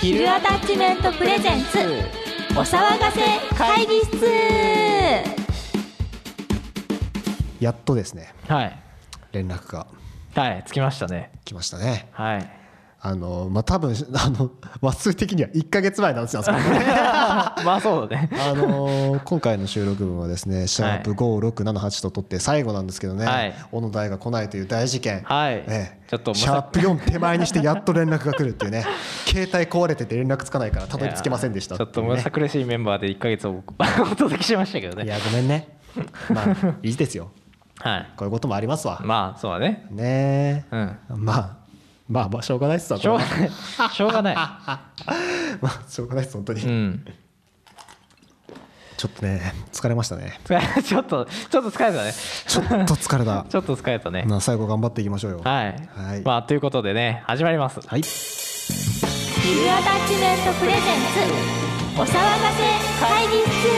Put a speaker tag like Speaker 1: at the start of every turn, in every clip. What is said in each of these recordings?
Speaker 1: ヒルアタッチメントプレゼンツお騒がせ会議室
Speaker 2: やっとですね
Speaker 3: はい
Speaker 2: 連絡が
Speaker 3: はいつきましたね
Speaker 2: 来ましたね
Speaker 3: はい
Speaker 2: あのまあ多分 あの話数的には1か月前の 話なんですけどね
Speaker 3: まあそうだね
Speaker 2: あの今回の収録分はですね「シャープ #5678」と取って最後なんですけどね、
Speaker 3: はい
Speaker 2: 小野大が来ないという大事件、
Speaker 3: はい
Speaker 2: ええ
Speaker 3: ちょっとまさ
Speaker 2: シャープ4手前にしてやっと連絡が来るっていうね携帯壊れてて連絡つかないからたどり着けませんでした
Speaker 3: いやちょっと
Speaker 2: ていう
Speaker 3: む
Speaker 2: ね
Speaker 3: さ苦しいメンバーで1か月 をお届けしましたけど
Speaker 2: い
Speaker 3: ね
Speaker 2: やごめんねまあいいですよ
Speaker 3: はい
Speaker 2: こういうこともありますわ
Speaker 3: まあそうだね
Speaker 2: ね
Speaker 3: う
Speaker 2: え、
Speaker 3: ん
Speaker 2: まあまあまあしょうがないっすわこ
Speaker 3: し
Speaker 2: れ
Speaker 3: ょう
Speaker 2: は
Speaker 3: がないしょうがない
Speaker 2: まあしょうがないっす本当 に、
Speaker 3: うん
Speaker 2: ちょっとね疲れましたね
Speaker 3: 疲れちょっとちょっと疲れたね
Speaker 2: ちょっと疲 れた
Speaker 3: ちょっと疲れたね
Speaker 2: まあ最後頑張っていきましょうよ
Speaker 3: はい、
Speaker 2: はい
Speaker 3: まあということでね始まります
Speaker 2: はい
Speaker 1: ヒルアタッチメントプレゼンツお騒がせ会議室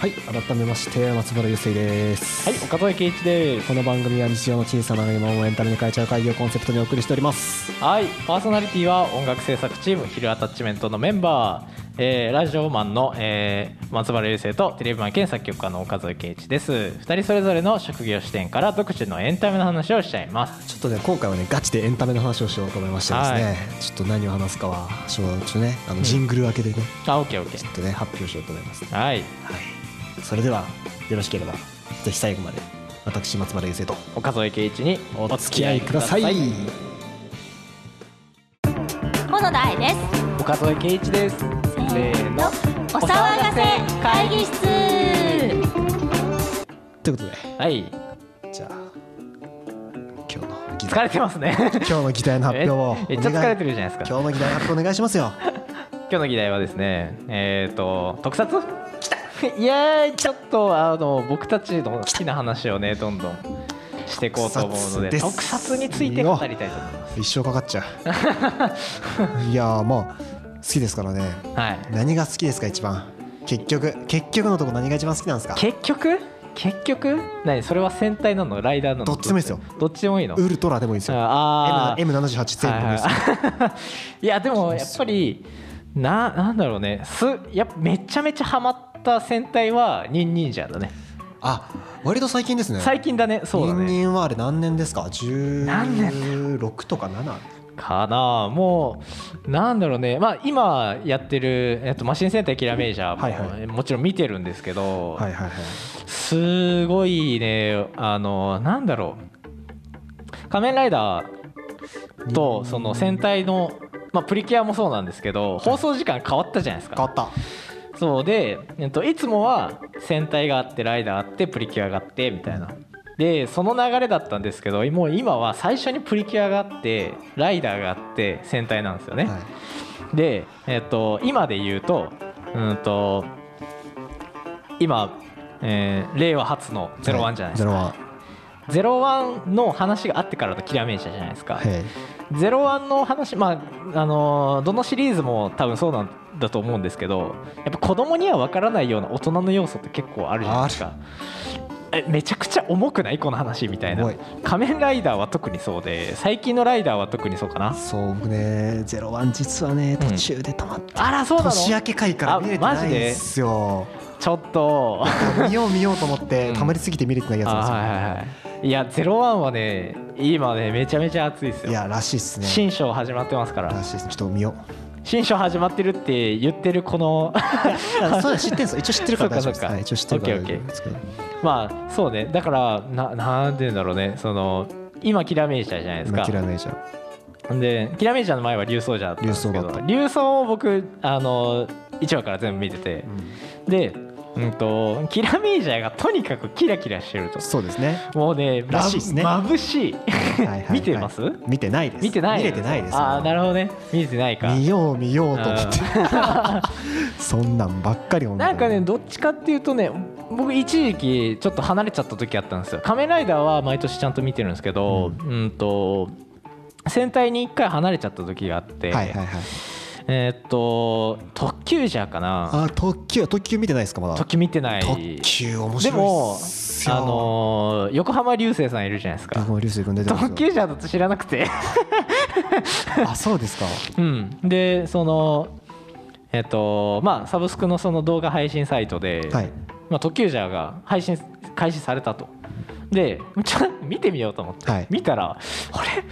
Speaker 2: はい改めまして松原雄生です
Speaker 3: はい岡添圭一です
Speaker 2: この番組は日常の小さな疑問をエンタメに変えちゃう会議をコンセプトにお送りしております
Speaker 3: はいパーソナリティは音楽制作チームヒルアタッチメントのメンバー、えーラジオマンの、えー松原雄生とテレビマン兼作曲家の岡添圭一です2人それぞれの職業視点から独自のエンタメの話をしちゃいます
Speaker 2: ちょっとね今回はねガチでエンタメの話をしようと思いましてですね、
Speaker 3: はい
Speaker 2: ちょっと何を話すかはちょっとねあのジングル明けでね、
Speaker 3: あオッケーオッケ
Speaker 2: ちょっとね発表しようと思います、
Speaker 3: ーはい
Speaker 2: はい、それではよろしければぜひ最後まで私松原雄生と
Speaker 3: 岡添圭一に
Speaker 2: お付き合いください
Speaker 3: お
Speaker 2: は
Speaker 3: 付き合
Speaker 2: い
Speaker 3: いくだ
Speaker 1: 小野田愛です
Speaker 3: さい岡添圭一ですせーの
Speaker 1: お騒がせ会議室
Speaker 2: ということで
Speaker 3: はい
Speaker 2: じゃあ今日のギタ
Speaker 3: 疲
Speaker 2: ー
Speaker 3: れてますね
Speaker 2: 今日の議題の発表を
Speaker 3: めっちゃ
Speaker 2: お願い
Speaker 3: 疲れてるじゃないですか
Speaker 2: 今日の議題の発表お願いしま すよ
Speaker 3: 今日の議題はですねえっ、と特撮来たイエーイちょっとあの僕たちの好きな話をねどんどんしていこうと思うので
Speaker 2: 特撮です
Speaker 3: 特撮について語りたいと思います
Speaker 2: 一生かかっちゃういやーまあ好きですからね
Speaker 3: はい
Speaker 2: 何が好きですか一番結局結局のとこ何が一番好きなんですか
Speaker 3: 結局結局何それは戦隊なのライダーなの
Speaker 2: どっちでもいいですよ
Speaker 3: どっちでもいいの
Speaker 2: ウルトラでもいいですよ
Speaker 3: あー
Speaker 2: M- M78 全部ですよ
Speaker 3: はいはい、いやでもやっぱりななんだろうねすやっぱめちゃめちゃハマった戦隊はニンニンジャーだね
Speaker 2: あ割と最近ですね
Speaker 3: 最近だねそうだね
Speaker 2: 人間はあれ何年ですか
Speaker 3: 何年
Speaker 2: 16とか7
Speaker 3: かなもうなんだろうねまあ今やってる、えっと、マシン戦隊キラメイジャーも、
Speaker 2: はいはい
Speaker 3: もちろん見てるんですけど、
Speaker 2: はいはいはい
Speaker 3: すごいねあのなんだろう仮面ライダーとその戦隊の、まあ、プリキュアもそうなんですけど放送時間変わったじゃないです
Speaker 2: 変
Speaker 3: か
Speaker 2: わった
Speaker 3: そうで、えっと、いつもは戦隊があってライダーあってプリキュアがあってみたいなでその流れだったんですけどもう今は最初にプリキュアがあってライダーがあって戦隊なんですよね、
Speaker 2: はい
Speaker 3: で、えっと、今で言うとうんと今、えー令和初の「ゼロワンじゃないですか、
Speaker 2: はい
Speaker 3: ゼロワンの話があってからのキラメイジャーじゃないですか、
Speaker 2: 01はい
Speaker 3: ゼロワンの話、まああのーどのシリーズも多分そうなんだと思うんですけどやっぱ子供には分からないような大人の要素って結構あるじゃないですか。えめちゃくちゃ重くないこの話みたいな
Speaker 2: 重い
Speaker 3: 仮面ライダーは特にそうで最近のライダーは特にそうかな
Speaker 2: そう僕ね01実はね途中で止まって、
Speaker 3: あらそうなの
Speaker 2: 年明け会から見れてないんですよ
Speaker 3: ちょっと
Speaker 2: 見よう見ようと思って、
Speaker 3: うん
Speaker 2: たまりすぎて見れてないやつ
Speaker 3: あ
Speaker 2: な
Speaker 3: はい
Speaker 2: んで
Speaker 3: はいはいいやゼロワンはね今ねめちゃめちゃ熱いです
Speaker 2: すよ。
Speaker 3: よ
Speaker 2: いやらしいっすね。
Speaker 3: 新章始まってますから
Speaker 2: らしいっすちょっと見よう。
Speaker 3: 新章始まってるって言ってるこの
Speaker 2: あそうだ知ってんすよ。一応知ってるから大丈夫
Speaker 3: そっ
Speaker 2: です。
Speaker 3: かそっか
Speaker 2: はい、一応知ってるから大丈
Speaker 3: オッケーオ
Speaker 2: 夫
Speaker 3: ッ
Speaker 2: ですけど。
Speaker 3: まあそうねだからななんて言うんだろうねその今キラメイジャーじゃないです
Speaker 2: まあ
Speaker 3: か
Speaker 2: キラメイジャー。
Speaker 3: でキラメイジャーの前は竜奏者だったんですけ
Speaker 2: 竜奏だ
Speaker 3: ど
Speaker 2: っ
Speaker 3: 竜奏を僕あの1話から全部見ててで、うん、とキラメイジャーがとにかくキラキラしてると
Speaker 2: そうですね。
Speaker 3: もうねま
Speaker 2: らしいっすね
Speaker 3: 眩しい
Speaker 2: はいはいはい
Speaker 3: 見てます
Speaker 2: 見てないです。
Speaker 3: 見てない
Speaker 2: 見れてないです。
Speaker 3: ああなるほどね見てないか
Speaker 2: 見よう見ようと思って。 そんなんばっかり本当に
Speaker 3: なんかねどっちかっていうとね僕一時期ちょっと離れちゃった時あったんですよ仮面ライダーは毎年ちゃんと見てるんですけどうんと戦隊に一回離れちゃった時があって、
Speaker 2: はいはいはい。
Speaker 3: えーっと特急じゃかな
Speaker 2: あ特急特急見てないですかまだ
Speaker 3: 特急見てない
Speaker 2: 特急面白いっす
Speaker 3: で
Speaker 2: よ
Speaker 3: もあのー横浜流星さんいるじゃないですか
Speaker 2: 中森流星君出てます
Speaker 3: 特急じゃだと知らなくて
Speaker 2: あそうですか
Speaker 3: うんでそのえっとまあサブスクのその動画配信サイトで、
Speaker 2: はい
Speaker 3: まあ、特急ジャーが配信開始されたとでちょっと見てみようと思って、
Speaker 2: はい
Speaker 3: 見たらあれ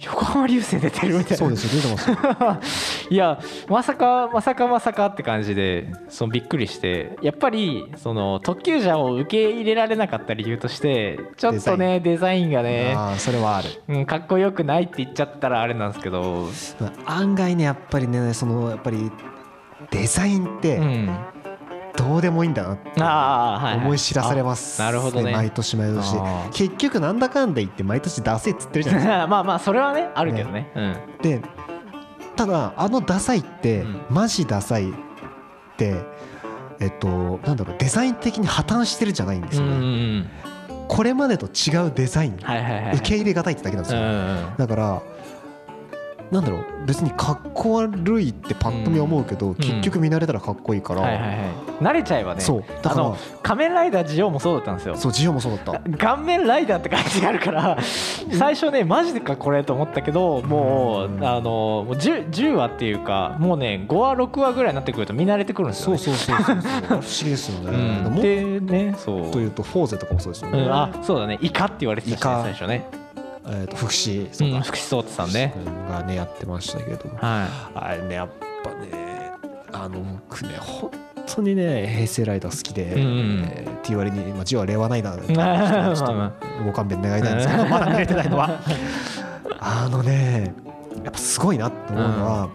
Speaker 3: 横浜流星出てるみたいな
Speaker 2: そうですよ出てますよ
Speaker 3: いやまさかまさかまさかって感じでそのびっくりしてやっぱりその特急ジャーを受け入れられなかった理由としてちょっとねデザインがね
Speaker 2: あーそれはある
Speaker 3: うん、かっこよくないって言っちゃったらあれなんですけど、
Speaker 2: 案外ねやっぱりねそのやっぱりデザインっ
Speaker 3: う
Speaker 2: て
Speaker 3: ん、
Speaker 2: どうでもいいんだなって
Speaker 3: あー、はいはい、
Speaker 2: 思い知らされます、
Speaker 3: あなるほどね
Speaker 2: 毎年毎
Speaker 3: あー
Speaker 2: 年結局なんだかんだ言って毎年ダセいっつってるじゃないで
Speaker 3: まあまあそれはねあるけどね
Speaker 2: すかでただあのダサいって、
Speaker 3: うん
Speaker 2: マジダサいってえっとなんだろうデザイン的に破綻してるじゃないんです
Speaker 3: うん、う
Speaker 2: よ
Speaker 3: ん
Speaker 2: ね、
Speaker 3: うん
Speaker 2: これまでと違うデザイン、
Speaker 3: はいはいはい
Speaker 2: 受け入れがたいってだけなんです
Speaker 3: うん
Speaker 2: よ、
Speaker 3: うん
Speaker 2: だからなんだろう別にかっこ悪いってパッと見思うけど、
Speaker 3: ん
Speaker 2: 結局見慣れたらかっこいいから、
Speaker 3: はいはいはい慣れちゃえばね
Speaker 2: そう
Speaker 3: あ
Speaker 2: だから
Speaker 3: の仮面ライダージオウもそうだったんですよ
Speaker 2: そうジオもそうだった
Speaker 3: 顔面ライダーって感じがあるから最初ねマジでかこれと思ったけどもう
Speaker 2: うん
Speaker 3: あのもう 10, 10話っていうかもうね5話6話ぐらいになってくると見慣れてくるんですよ、
Speaker 2: そう
Speaker 3: ね、
Speaker 2: そうそうそうそう不思議ですよね、
Speaker 3: うん、
Speaker 2: もっ
Speaker 3: でねそう
Speaker 2: と言うとフォーゼとかもそうですよ
Speaker 3: う
Speaker 2: ね、
Speaker 3: ん、あそうだねイカって言われてたし、ね、
Speaker 2: イカ
Speaker 3: 最初ね
Speaker 2: えー、と福士
Speaker 3: う
Speaker 2: そうんだ
Speaker 3: 福士蒼太さんね
Speaker 2: 福士君がねやってましたけれども
Speaker 3: は
Speaker 2: あれねやっぱねあの僕ね本当にね平成ライダー好きで、
Speaker 3: うんうん
Speaker 2: えーっていう割に、まあ、ジオは令和ないな
Speaker 3: いまあ
Speaker 2: ちょっと
Speaker 3: まあ
Speaker 2: ご勘弁願いたいんです けどまだ見れてないのはあのねやっぱすごいなって思うのは、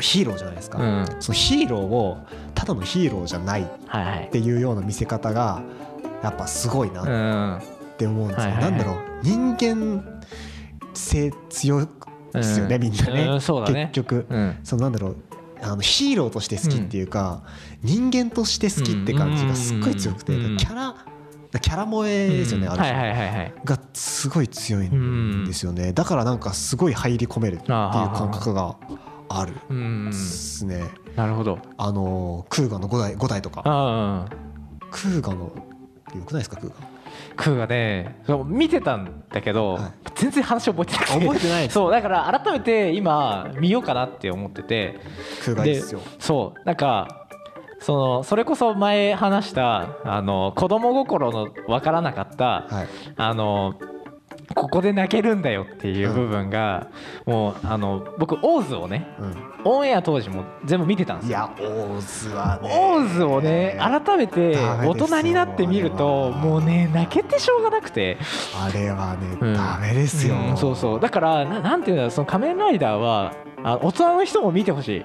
Speaker 2: ヒーローじゃないですか、
Speaker 3: うん
Speaker 2: そのヒーローをただのヒーローじゃないっ
Speaker 3: はいはい
Speaker 2: ていうような見せ方がやっぱすごいな
Speaker 3: うんは
Speaker 2: って思うんですよ、
Speaker 3: はいはいはい
Speaker 2: なんだろう人間性強いですよね、
Speaker 3: うん
Speaker 2: みんなね,、
Speaker 3: うんそうだね
Speaker 2: 結局、
Speaker 3: うん
Speaker 2: そのなんだろうあのヒーローとして好きっていうか、人間として好きって感じがすっごい強くて、
Speaker 3: うん
Speaker 2: キャラキャラ萌えですよね、ある
Speaker 3: は
Speaker 2: 種
Speaker 3: いはいはいはい
Speaker 2: がすごい強いんですよね、だからなんかすごい入り込めるっていう感覚がある
Speaker 3: うん
Speaker 2: ですね、
Speaker 3: なるほど
Speaker 2: あの空ガの5代 ,5 代とか
Speaker 3: ああ
Speaker 2: 空ガのよくないですか空ガ
Speaker 3: クーがねそう見てたんだけど、
Speaker 2: はい
Speaker 3: 全然話覚えてなくて
Speaker 2: 覚えてないです
Speaker 3: そうだから改めて今見ようかなって思ってて
Speaker 2: 空ガいいですよ
Speaker 3: そうなんかそのそれこそ前話したあの子供心のわからなかった
Speaker 2: はい
Speaker 3: あのここで泣けるんだよっていう部分が、もうあの僕オーズをね
Speaker 2: う
Speaker 3: オンエア当時も全部見てたんです
Speaker 2: ん、い
Speaker 3: よ
Speaker 2: やオーズはね
Speaker 3: オーズをね改めて
Speaker 2: ダメ
Speaker 3: 大
Speaker 2: ですよ
Speaker 3: 人になって見ると
Speaker 2: あれは
Speaker 3: もうね泣けてしょうがなくて
Speaker 2: あれはね、
Speaker 3: うん
Speaker 2: ダメですよ、
Speaker 3: うんそうそうだからななんていうんだろうその仮面ライダーはあ大人の人も見てほしい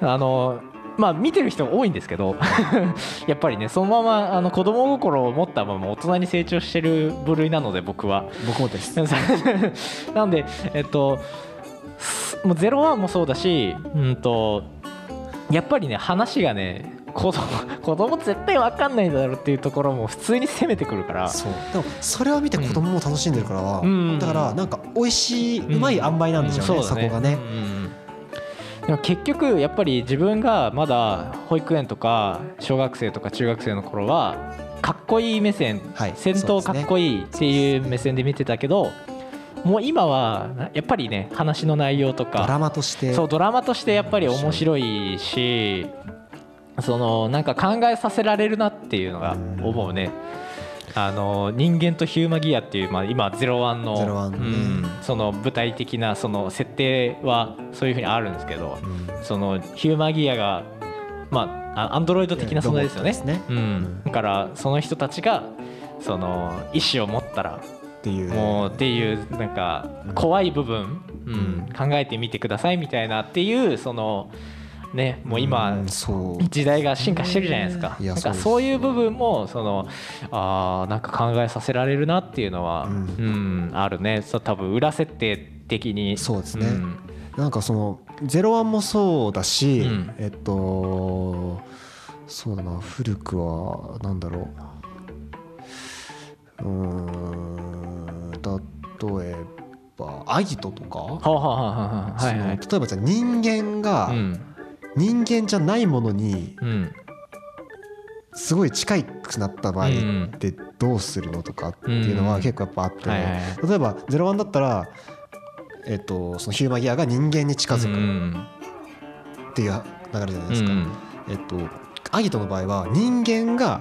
Speaker 3: あのまあ見てる人多いんですけど やっぱりねそのままあの子供心を持ったまま大人に成長してる部類なので僕は
Speaker 2: 僕もです
Speaker 3: なんで、えっと、すもうゼロワンもそうだし、うんと。やっぱりね、話がね、子供、 子供絶対わかんないだろうっていうところも普通に攻めてくるから。
Speaker 2: そうでもそれを見て子供も楽しんでるからは、
Speaker 3: うん
Speaker 2: だからなんか美味しい、
Speaker 3: う
Speaker 2: うまい塩梅なんですよね、
Speaker 3: う
Speaker 2: そこが
Speaker 3: う
Speaker 2: ね、
Speaker 3: んうんでも結局やっぱり自分がまだ保育園とか小学生とか中学生の頃はかっこいい目線、
Speaker 2: はい
Speaker 3: 戦闘かっこいいっていう目線で見てたけどもう今はやっぱりね話の内容と
Speaker 2: ドラ
Speaker 3: か
Speaker 2: マとして
Speaker 3: そうドラマとしてやっぱり面白いしそのなんか考えさせられるなっていうのが思うね。あの人間とヒューマギアっていう、まあ、今ゼロワンの
Speaker 2: ゼロワンね
Speaker 3: うんその舞台的なその設定はそういうふうにあるんですけど、
Speaker 2: うん
Speaker 3: そのヒューマギアがまああアンドロイド的な存在ですよね。
Speaker 2: ロボットですね
Speaker 3: うん
Speaker 2: うん
Speaker 3: だからその人たちがその意思を持ったら
Speaker 2: っていう
Speaker 3: もうっていうなんか
Speaker 2: うん
Speaker 3: 怖い部分、うん考えてみてくださいみたいなっていうそのねもう今、
Speaker 2: んそう
Speaker 3: 時代が進化してるじゃないですか。
Speaker 2: いや
Speaker 3: なんか
Speaker 2: そうです
Speaker 3: そういう部分もそのあーなんか考えさせられるなっていうのは、う
Speaker 2: うんん
Speaker 3: あるね。そう多分裏設定的に
Speaker 2: そうですね
Speaker 3: ん
Speaker 2: なんかその「ゼロワンもそうだし、
Speaker 3: うん
Speaker 2: えっとそうだな古くはなんだろううーん例えぱアギトとか、
Speaker 3: はあはあはあはあ
Speaker 2: そ
Speaker 3: はい
Speaker 2: の
Speaker 3: は
Speaker 2: 例
Speaker 3: い
Speaker 2: えばじゃあ人間が
Speaker 3: うん
Speaker 2: 人間じゃないものに
Speaker 3: うん
Speaker 2: すごい近くなった場合
Speaker 3: うん
Speaker 2: ってどうするのとかっていうのは結構やっぱあって、
Speaker 3: はいはい
Speaker 2: 例えば「ゼロワンだったら、えっとそのヒューマギアが人間に近づ
Speaker 3: う
Speaker 2: く
Speaker 3: ん
Speaker 2: っていう流れじゃないですか。
Speaker 3: うん
Speaker 2: えっと、アギトの場合は人間が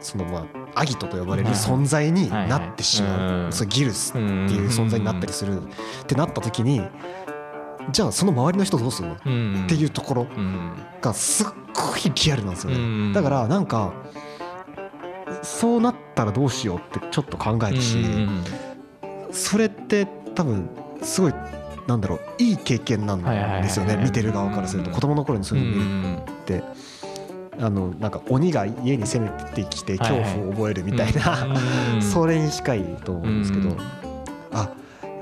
Speaker 2: そのまあアギトと呼ばれる
Speaker 3: はいはい
Speaker 2: 存在に
Speaker 3: はいはい
Speaker 2: なってしま
Speaker 3: う
Speaker 2: うんそうギルスって
Speaker 3: ん
Speaker 2: いう存在になったりするってなった時にじゃあその周りの人どうするのっ
Speaker 3: うん
Speaker 2: ていうところ
Speaker 3: うん
Speaker 2: がすっごいリアルなんですよ
Speaker 3: うん
Speaker 2: ねだからなんかそうなったらどうしようってちょっと考えるし
Speaker 3: うん
Speaker 2: それって多分すごいなんだろういい経験なんですよ
Speaker 3: はいはいはい
Speaker 2: ね
Speaker 3: はい
Speaker 2: 見てる側からすると
Speaker 3: うん
Speaker 2: 子供の頃にそういうの見る
Speaker 3: うん
Speaker 2: ってあのなんか鬼が家に攻めてきて
Speaker 3: はい
Speaker 2: 恐
Speaker 3: はい
Speaker 2: 怖を覚えるみたいな、
Speaker 3: うん
Speaker 2: それに近いと思うんですけど、
Speaker 3: うん
Speaker 2: あ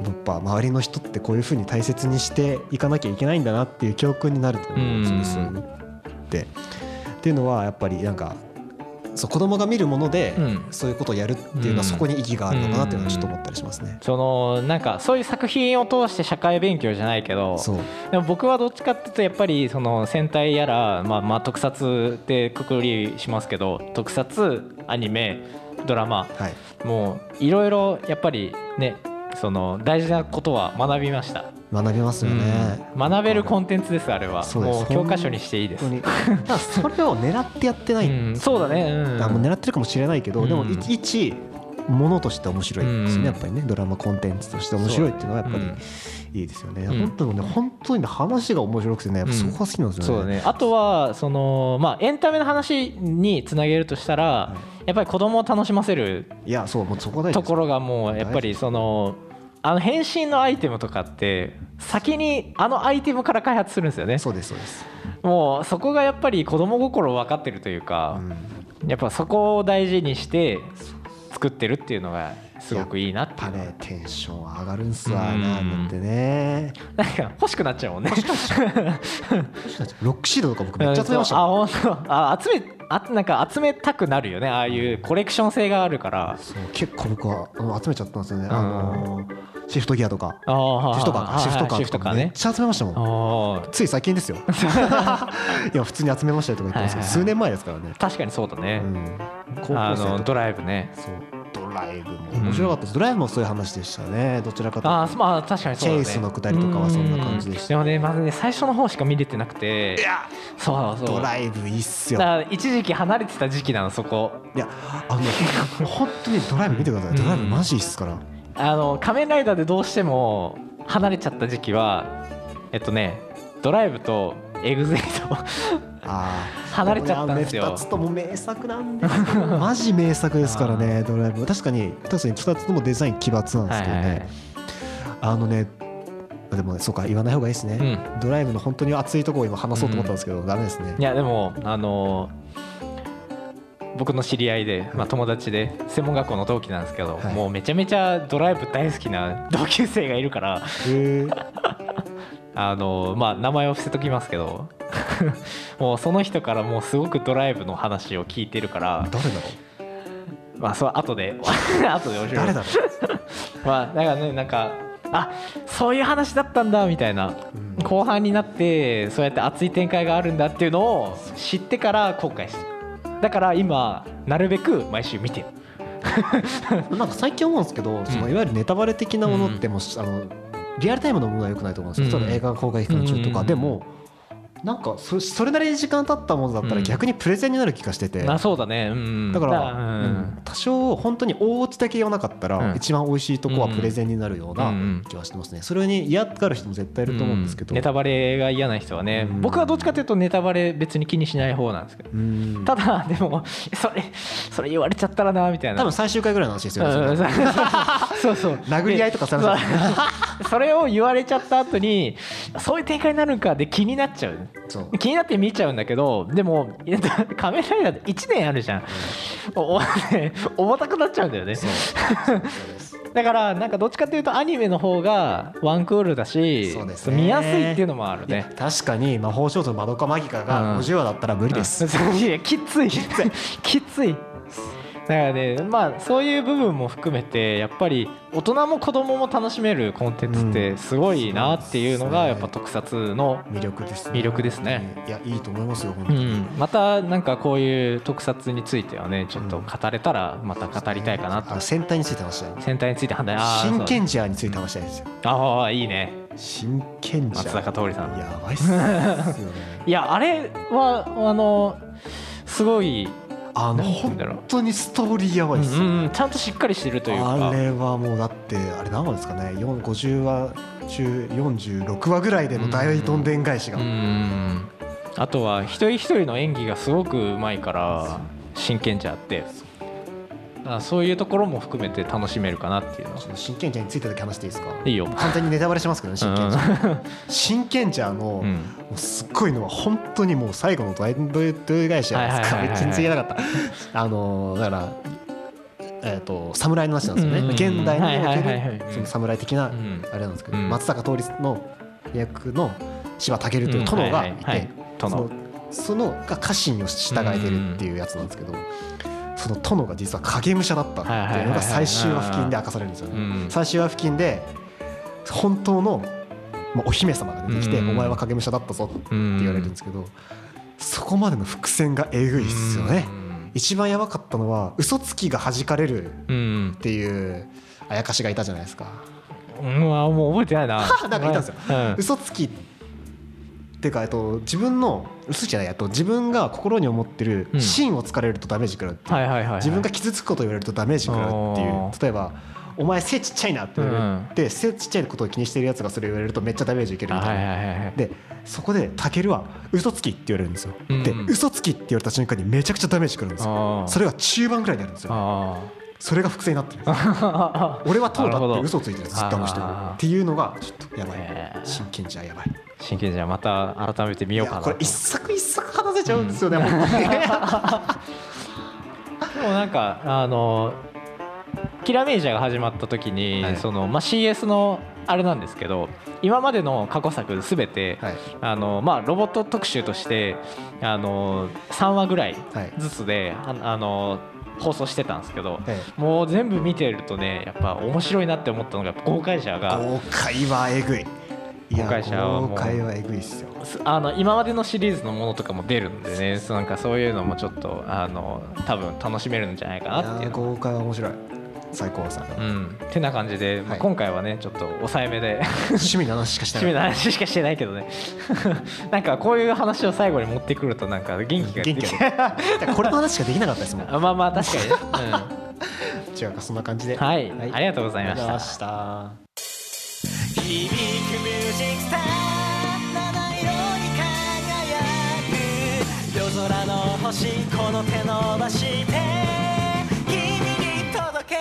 Speaker 2: やっぱ周りの人ってこういうふうに大切にしていかなきゃいけないんだなっていう教訓になると思うんですよ
Speaker 3: う
Speaker 2: ね。ってっていうのはやっぱりなんかそう子供が見るもので
Speaker 3: うん
Speaker 2: そういうことをやるっていうのはそこに意義があるのかなっていうのはちょっと思ったりしますね。
Speaker 3: そのなんかそういう作品を通して社会勉強じゃないけど
Speaker 2: そう
Speaker 3: でも僕はどっちかっていうとやっぱりその戦隊やら、まあ、まあ特撮ってくくりしますけど特撮アニメドラマ
Speaker 2: はい
Speaker 3: もういろいろやっぱりねその大事なことは学びました、
Speaker 2: 学びますよね。
Speaker 3: うん学べるコンテンツですあれは
Speaker 2: そうです
Speaker 3: もう教科書にしていいです
Speaker 2: 本当にだからそれを狙ってやってないんですよ
Speaker 3: うん、そうだね、うん、
Speaker 2: あもう狙ってるかもしれないけど、
Speaker 3: うん
Speaker 2: でもいちいちものとして面白いですね、
Speaker 3: うん
Speaker 2: やっぱりねドラマコンテンツとして面白いっていうのはやっぱ
Speaker 3: うん
Speaker 2: りいいですよね、
Speaker 3: うん
Speaker 2: 本当にね本当にね話が面白くてねやっぱそこが好きなんです
Speaker 3: そう
Speaker 2: よ
Speaker 3: だ
Speaker 2: ね,、
Speaker 3: ねあとはその、まあ、エンタメの話につなげるとしたら、やっぱり子供を楽しませる
Speaker 2: いやそうもうそこだ
Speaker 3: ところがもうやっぱりそのあの変身のアイテムとかって先にあのアイテムから開発するんですよね
Speaker 2: そうですそうです、
Speaker 3: もうそこがやっぱり子供心を分かってるという
Speaker 2: う
Speaker 3: か、
Speaker 2: ん
Speaker 3: やっぱそこを大事にして作ってるっていうのがすごくいいなっ
Speaker 2: やって
Speaker 3: い
Speaker 2: ぱ
Speaker 3: うのは
Speaker 2: ねテンション上がるんすわ
Speaker 3: うん
Speaker 2: なんてね
Speaker 3: なんか欲しくなっちゃうもんね
Speaker 2: ロックシードとか僕めっちゃ集めました
Speaker 3: あ
Speaker 2: もん
Speaker 3: 本当あ集めあなんか集めたくなるよねああいうコレクション性があるから
Speaker 2: そう結構僕はあの集めちゃったんですよね、
Speaker 3: ん
Speaker 2: あのシフトギアとか
Speaker 3: あー
Speaker 2: シフトカー
Speaker 3: は
Speaker 2: か
Speaker 3: い
Speaker 2: シフトカ
Speaker 3: はい
Speaker 2: ー
Speaker 3: シフト
Speaker 2: と
Speaker 3: カー
Speaker 2: かめっ
Speaker 3: ね
Speaker 2: ちゃ集めましたもん
Speaker 3: あー
Speaker 2: つい最近 ですよいや普通に集めましたよとか言ってま
Speaker 3: はい
Speaker 2: すけど、
Speaker 3: はいはい
Speaker 2: 数年前ですからね、
Speaker 3: 確かにそうだね
Speaker 2: う、ん、高
Speaker 3: あ
Speaker 2: 校生
Speaker 3: の
Speaker 2: と
Speaker 3: ドライブね
Speaker 2: そうドライブも面白かったです、ドライブもそういう話でしたねどちらかという
Speaker 3: あ
Speaker 2: と
Speaker 3: ーまあ確かにそうだね
Speaker 2: チェイスのくだりとかはそんな感じでした
Speaker 3: うんでもねまずね最初の方しか見れてなくて
Speaker 2: いや
Speaker 3: そうそう
Speaker 2: ドライブいいっす
Speaker 3: だ
Speaker 2: よ
Speaker 3: から一時期離れてた時期なのそこ
Speaker 2: いやあのね本当にドライブ見てくださいドライブマジいいっすから、
Speaker 3: あの仮面ライダーでどうしても離れちゃった時期はえっとねドライブとエグゼイト
Speaker 2: あー
Speaker 3: 離れちゃったんですよ
Speaker 2: もうね二つとも名作なんですよマジ名作ですからねドライブ確かに確かに2つともデザイン奇抜なんですけどね、
Speaker 3: はいはいはい
Speaker 2: あのねでもねそうか言わない方がいいですね、
Speaker 3: う
Speaker 2: ドライブの本当に熱いところを今話そうと思ったんですけど、ダメですね
Speaker 3: いやでもあの僕の知り合いで、まあ、友達で専門学校の同期なんですけど、
Speaker 2: はい
Speaker 3: もうめちゃめちゃドライブ大好きな 同級生がいるから
Speaker 2: へえ
Speaker 3: あのまあ名前を伏せときますけど もうその人からもうすごくドライブの話を聞いてるから
Speaker 2: 誰だろ
Speaker 3: まあそれは後で 後で教え
Speaker 2: う
Speaker 3: る
Speaker 2: 誰だろ
Speaker 3: まあだからねなんかあそういう話だったんだみたいな
Speaker 2: う、うん
Speaker 3: 後半になってそうやって熱い展開があるんだっていうのを知ってから後悔してるだから今なるべく毎週見てる
Speaker 2: なんか最近思うんですけど、そのいわゆるネタバレ的なものってもう、あのリアルタイムのものは良くないと思うんですよ、
Speaker 3: うん
Speaker 2: 例えば映画公開期間中とか、
Speaker 3: うん
Speaker 2: でもなんかそそれなりに時間経ったものだった
Speaker 3: う
Speaker 2: ら
Speaker 3: ん
Speaker 2: 逆にプレゼンになる気がしてて、
Speaker 3: あそうだねうん
Speaker 2: だから
Speaker 3: う
Speaker 2: うん
Speaker 3: ん
Speaker 2: 多少本当に大落ちだけ言わなかったら、
Speaker 3: うん
Speaker 2: 一番美味しいとこはプレゼンになるよう
Speaker 3: うんうん
Speaker 2: な気はしてますね、それに嫌がる人も絶対いると思うんですけど、
Speaker 3: ネタバレが嫌な人はね、
Speaker 2: うん
Speaker 3: 僕はどっちかというとネタバレ別に気にしない方なんですけど、
Speaker 2: うん
Speaker 3: ただでもそれそれ言われちゃったらなみたいな
Speaker 2: 多分最終回ぐらいの話ですよね、
Speaker 3: うん
Speaker 2: それ
Speaker 3: そうそう
Speaker 2: 殴り合いとかされたら
Speaker 3: そう それを言われちゃった後にそういう展開になるんかで気になっちゃう
Speaker 2: そう
Speaker 3: 気になって見ちゃうんだけどでも いや「仮面ライダー」って1年あるじゃん、おおね重たくなっちゃうんだよね
Speaker 2: そうそうです
Speaker 3: だからなんかどっちかっていうとアニメの方がワンクールだし
Speaker 2: そうですね
Speaker 3: 見やすいっていうのもある
Speaker 2: いや
Speaker 3: ね
Speaker 2: 確かに魔法少女マドカマギカが
Speaker 3: うん
Speaker 2: 50話だったら無理です、
Speaker 3: うんいやきついきついきついからねまあそういう部分も含めてやっぱり大人も子供も楽しめるコンテンツってすごいなっていうのがやっぱ特撮の
Speaker 2: 魅力です、
Speaker 3: 魅力ですね。
Speaker 2: いやいいと思いますよ本
Speaker 3: う
Speaker 2: 当に、
Speaker 3: ん、またなんかこういう特撮についてはねちょっと語れたらまた語りたいかな
Speaker 2: あの
Speaker 3: と
Speaker 2: 戦隊について話したい
Speaker 3: 戦隊について判断あー
Speaker 2: 真剣ジャーについて話したいですよ
Speaker 3: ああいいね
Speaker 2: 真剣ジャ
Speaker 3: 松
Speaker 2: ー
Speaker 3: 坂桃李さん
Speaker 2: やばいっすよね
Speaker 3: いやあれはあのすごい、
Speaker 2: あ
Speaker 3: な
Speaker 2: の
Speaker 3: んて言うんだろう
Speaker 2: 本当にストーリーやば
Speaker 3: う
Speaker 2: いっすよね、
Speaker 3: んうん、ちゃんとしっかりしてるというか
Speaker 2: あれはもうだってあれ何話ですかね4 50話中46話ぐらいでの大どんでん返しが、
Speaker 3: うんあとは一人一人の演技がすごくうまいから真剣じゃあってあそういうところも含めて楽しめるかなっていうのは
Speaker 2: その真剣者についてだけ話していいですか
Speaker 3: いいよ、
Speaker 2: 完全にネタバレしますけどね真剣者、真剣者の、
Speaker 3: う
Speaker 2: も
Speaker 3: ん、
Speaker 2: うすっごいのは本当にもう最後の大どんでん返しじゃないですか
Speaker 3: はいはいはいはい
Speaker 2: 全然言えなかったあのだからえー、と侍の話なんですよね、
Speaker 3: うんうんうん
Speaker 2: 現代に
Speaker 3: は
Speaker 2: お
Speaker 3: いはいはい
Speaker 2: け
Speaker 3: は
Speaker 2: る
Speaker 3: い
Speaker 2: その侍的な
Speaker 3: うん
Speaker 2: あれなんですけど、
Speaker 3: うん
Speaker 2: 松坂桃李の役の柴武という殿がいて、
Speaker 3: うんはいはいはい殿
Speaker 2: そのそのが家臣を従えてるっていうやつなんですけど、その殿が実は影武者だったっていうのが最終話付近で明かされるんですよね。
Speaker 3: うん
Speaker 2: 最終話付近で本当の、まあ、お姫様が出てきて、
Speaker 3: うん
Speaker 2: お前は影武者だったぞ」って言われるんですけど、そこまでの伏線がえぐいっすよね。一番やばかったのは嘘つきが弾かれるっ
Speaker 3: うんうん
Speaker 2: ていうあやかしがいたじゃないですか。
Speaker 3: うんうわもう覚えてないな
Speaker 2: なんかいたんですよ
Speaker 3: うん
Speaker 2: 嘘つきっていうか、えっと、自分の嘘つきじゃないえっと自分が心に思ってる
Speaker 3: うん
Speaker 2: 芯を突かれるとダメージ食らうっていう、
Speaker 3: はいはいはいはい
Speaker 2: 自分が傷つくことを言われるとダメージ食らうってい
Speaker 3: お
Speaker 2: う
Speaker 3: ー
Speaker 2: 例えば「お前背ちっちゃいな」って言われて、背ちっちゃいことを気にしてるやつがそれを言われるとめっちゃダメージ受けるみ
Speaker 3: あ
Speaker 2: たいな。
Speaker 3: はいはいはいはい
Speaker 2: でそこでタケルは嘘つきって言われるんですよ、
Speaker 3: うん
Speaker 2: で嘘つきって言われた瞬間にめちゃくちゃダメージくるんですよ
Speaker 3: あー
Speaker 2: それが中盤ぐらいになるんですよ
Speaker 3: あ
Speaker 2: それが伏線になってるんですよ
Speaker 3: あ
Speaker 2: 俺は党
Speaker 3: な
Speaker 2: だ
Speaker 3: るほ
Speaker 2: っ
Speaker 3: ど
Speaker 2: て嘘ついてるずっとあの人
Speaker 3: あー
Speaker 2: っていうのがちょっとやば
Speaker 3: へ
Speaker 2: い
Speaker 3: ー
Speaker 2: 真剣じゃやばい
Speaker 3: 真剣じゃあまた改めて見ようかない
Speaker 2: やこれ一作一作話せちゃうんですよね、もう
Speaker 3: でもなんかあのキラメイジャーが始まった時に、
Speaker 2: はい
Speaker 3: そのまあ、CS のあれなんですけど今までの過去作すべて、
Speaker 2: はい
Speaker 3: あのまあ、ロボット特集としてあの3話ぐらい
Speaker 2: はい
Speaker 3: ずつで、ああの放送してたんですけど、
Speaker 2: え
Speaker 3: もう全部見てるとねやっぱ面白いなって思ったのが豪快者が
Speaker 2: 豪快はえぐいいや
Speaker 3: 豪快者はも
Speaker 2: 豪
Speaker 3: う
Speaker 2: 快はえぐいっすよ
Speaker 3: すあの今までのシリーズのものとかも出るんでねそうなんかそういうのもちょっとあの多分楽しめるんじゃないか
Speaker 2: い
Speaker 3: なってい
Speaker 2: や
Speaker 3: うのが
Speaker 2: 豪快は面白い最高さ、
Speaker 3: うん、てな感じで、ま
Speaker 2: は
Speaker 3: あ、
Speaker 2: い
Speaker 3: 今回はねちょっと抑えめで
Speaker 2: 趣味の話しかして
Speaker 3: 趣味
Speaker 2: ない
Speaker 3: の話しかしてないけどね なんかこういう話を最後に持ってくるとなんか元気が出て
Speaker 2: 元気これの話しかできなかったですも ん
Speaker 3: あまあまあ確かにね、
Speaker 2: 違うかそんな感じで
Speaker 3: うん、はい、
Speaker 2: はい
Speaker 3: ありがとうございました
Speaker 2: した
Speaker 4: 響くミュージックスター七色に輝く夜空の星この手伸ばして君に届けよ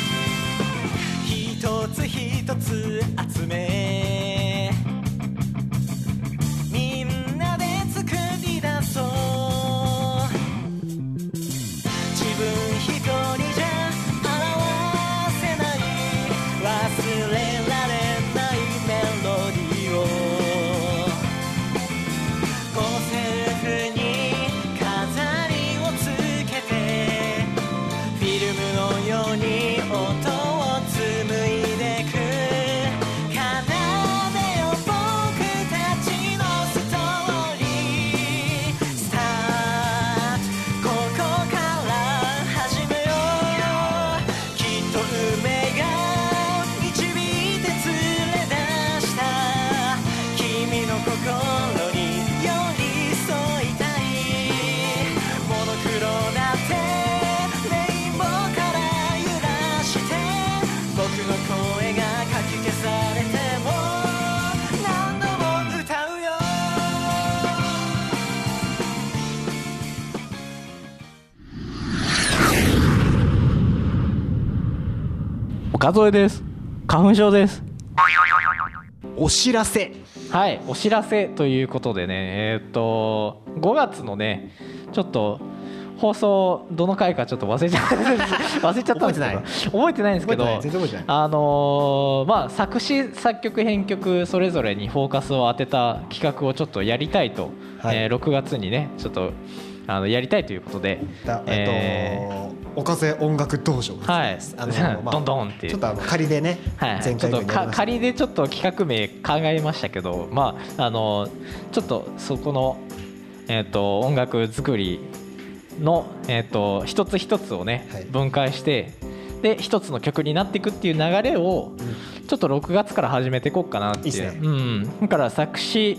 Speaker 4: う一つ一つ集めみんなで作り出そう自分一人じゃ表せない忘れられないメロディーをこうセルフに飾りをつけてフィルムのように音を紡いでく奏でよ僕たちのストーリースタートここから始めようきっと梅が導いて連れ出した君の心に寄り添いたいモノクロだってレインボーから揺らして僕の声がかき消されても何度も歌うよ
Speaker 3: 岡添です花粉症です
Speaker 2: お知らせ
Speaker 3: はいお知らせということでねえーっと5月のねちょっと放送どの回かちょっと忘れちゃった 忘れちゃったんですけど
Speaker 2: 覚えて
Speaker 3: 覚えてないんですけど
Speaker 2: 覚えてない全然覚えてない
Speaker 3: あのーまあ作詞作曲編曲それぞれにフォーカスを当てた企画をちょっとやりたいと、
Speaker 2: はい
Speaker 3: えー6月にねちょっとあのやりたいということで
Speaker 2: だ
Speaker 3: えー
Speaker 2: えっとおかぜ音楽道場
Speaker 3: はい
Speaker 2: あの まあ
Speaker 3: どんどんっていう
Speaker 2: ちょっとあの仮でね
Speaker 3: はいはい、
Speaker 2: 前
Speaker 3: ちょ
Speaker 2: 回
Speaker 3: っと
Speaker 2: 分にやり
Speaker 3: か
Speaker 2: ました
Speaker 3: 仮でちょっと企画名考えましたけど、まあ、あのちょっとそこの、えー、と音楽作りの、えー、と一つ一つをね、
Speaker 2: はい
Speaker 3: 分解してで一つの曲になっていくっていう流れをちょっと6月から始めていこうかなっていう
Speaker 2: いいっすね
Speaker 3: うん、だから作詞、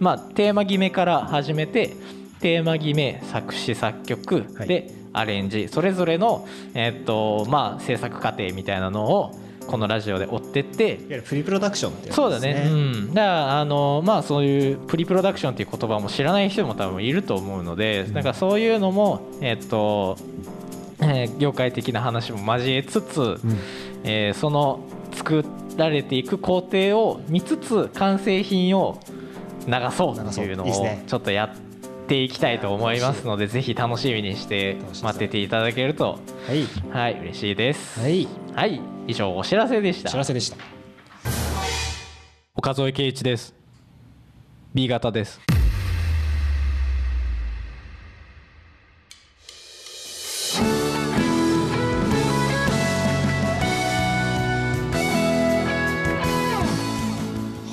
Speaker 3: まあ、テーマ決めから始めてテーマ決め作詞作曲
Speaker 2: はい
Speaker 3: で、アレンジそれぞれの、えーっとまあ、制作過程みたいなのをこのラジオで追ってって
Speaker 2: いわゆるプリプロダクションってやつです
Speaker 3: そうだね、うん、だからあのまあそういうプリプロダクションっていう言葉も知らない人も多分いると思うので、なんかそういうのもえっと、えー業界的な話も交えつつ、
Speaker 2: うん
Speaker 3: えーその作られていく工程を見つつ完成品を流そうっていうの
Speaker 2: 流そういいっ
Speaker 3: を
Speaker 2: すね
Speaker 3: ちょっとやっていきたいと思いますので、ぜひ楽しみにして
Speaker 2: 楽しみ
Speaker 3: 待ってていただけると
Speaker 2: はい
Speaker 3: はい嬉しいです。
Speaker 2: はい
Speaker 3: はい、以上お知らせでした。
Speaker 2: 知らせでした
Speaker 3: 岡添圭一です B 型です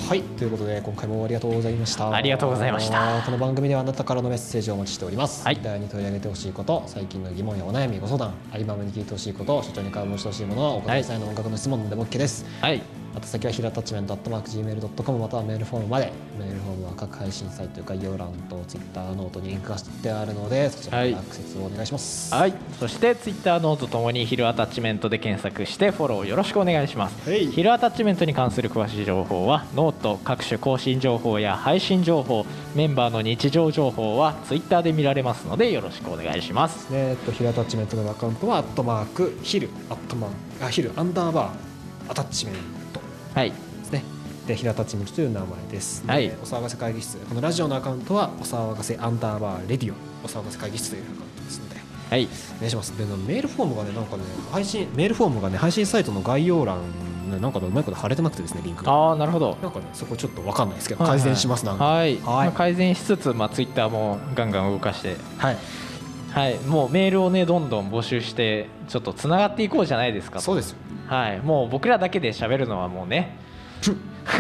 Speaker 2: はいということで今回もありがとうございました
Speaker 3: ありがとうございました
Speaker 2: この番組ではあなたからのメッセージをお待ちしております、
Speaker 3: はい
Speaker 2: 第に取り上げてほしいこと最近の疑問やお悩みご相談アリバムに聞いてほしいこと所長に顔をしてほしいものはお答えしたいの音楽の質問でも OK です、
Speaker 3: はい
Speaker 2: あと先は平タッチメント Gmail.com またはメールフォームまでメールフォームは各配信サイト概要欄と Twitter ノートにリンクがしてあるのでそちらからアクセスをお願いします、
Speaker 3: はいいそして Twitter ノートともに「ヒルアタッチメント」で検索してフォローよろしくお願いします
Speaker 2: はい
Speaker 3: ヒルアタッチメントに関する詳しい情報はノート各種更新情報や配信情報メンバーの日常情報は Twitter で見られますのでよろしくお願いします
Speaker 2: でえっと平タッチメントのアカウントはアットマークヒルアットマークあヒルアンダーバーアタッチメント
Speaker 3: はい
Speaker 2: ですねで平タッチメントという名前です、
Speaker 3: はい
Speaker 2: でお騒がせ会議室このラジオのアカウントはお騒がせアンダーバーレディオお騒がせ会議室というアカウントですので
Speaker 3: はい
Speaker 2: お願いしますでなんかメールフォームがねなんかね配信メールフォームがね配信サイトの概要欄ねなんかねうまいこと貼れてなくてですねリンクが
Speaker 3: ああなるほど
Speaker 2: なんかねそこちょっとわかんないですけど
Speaker 3: はいはい
Speaker 2: 改善しますなんか
Speaker 3: はい、
Speaker 2: はい
Speaker 3: まあ改善しつつ、まあ、Twitter もガンガン動かして
Speaker 2: はい
Speaker 3: はいもうメールをねどんどん募集してちょっとつながっていこうじゃないですか
Speaker 2: そうですよ
Speaker 3: はい、もう僕らだけで喋るのはもうね、
Speaker 2: そう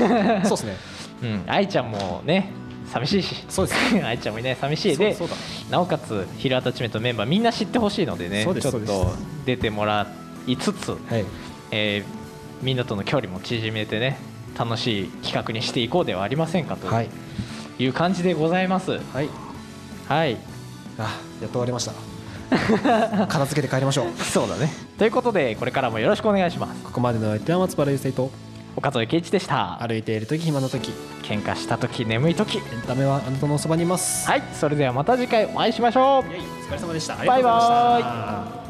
Speaker 2: ですね
Speaker 3: うん、愛ちゃんもね寂しいし
Speaker 2: そう で
Speaker 3: 愛ちゃんもいない寂しいで
Speaker 2: そうそうだ
Speaker 3: なおかつヒルアタッチメントメンバーみんな知ってほしいのでね
Speaker 2: そうです
Speaker 3: ちょっと
Speaker 2: そうです
Speaker 3: 出てもらいつつ、
Speaker 2: はい
Speaker 3: えーみんなとの距離も縮めてね楽しい企画にしていこうではありませんかと
Speaker 2: はい
Speaker 3: いう感じでございます
Speaker 2: はい
Speaker 3: はい
Speaker 2: あやっと終わりました 片付けて帰りましょう
Speaker 3: そうだねということでこれからもよろしくお願いします
Speaker 2: ここまでの相手は松原優生と
Speaker 3: 岡添圭一でした
Speaker 2: 歩いている時暇な時
Speaker 3: 喧嘩した時眠い時
Speaker 2: エンタメはあなたのそばにいます
Speaker 3: はいそれではまた次回お会いしましょう
Speaker 2: いお疲れ様でした
Speaker 3: バイバーイ
Speaker 2: イ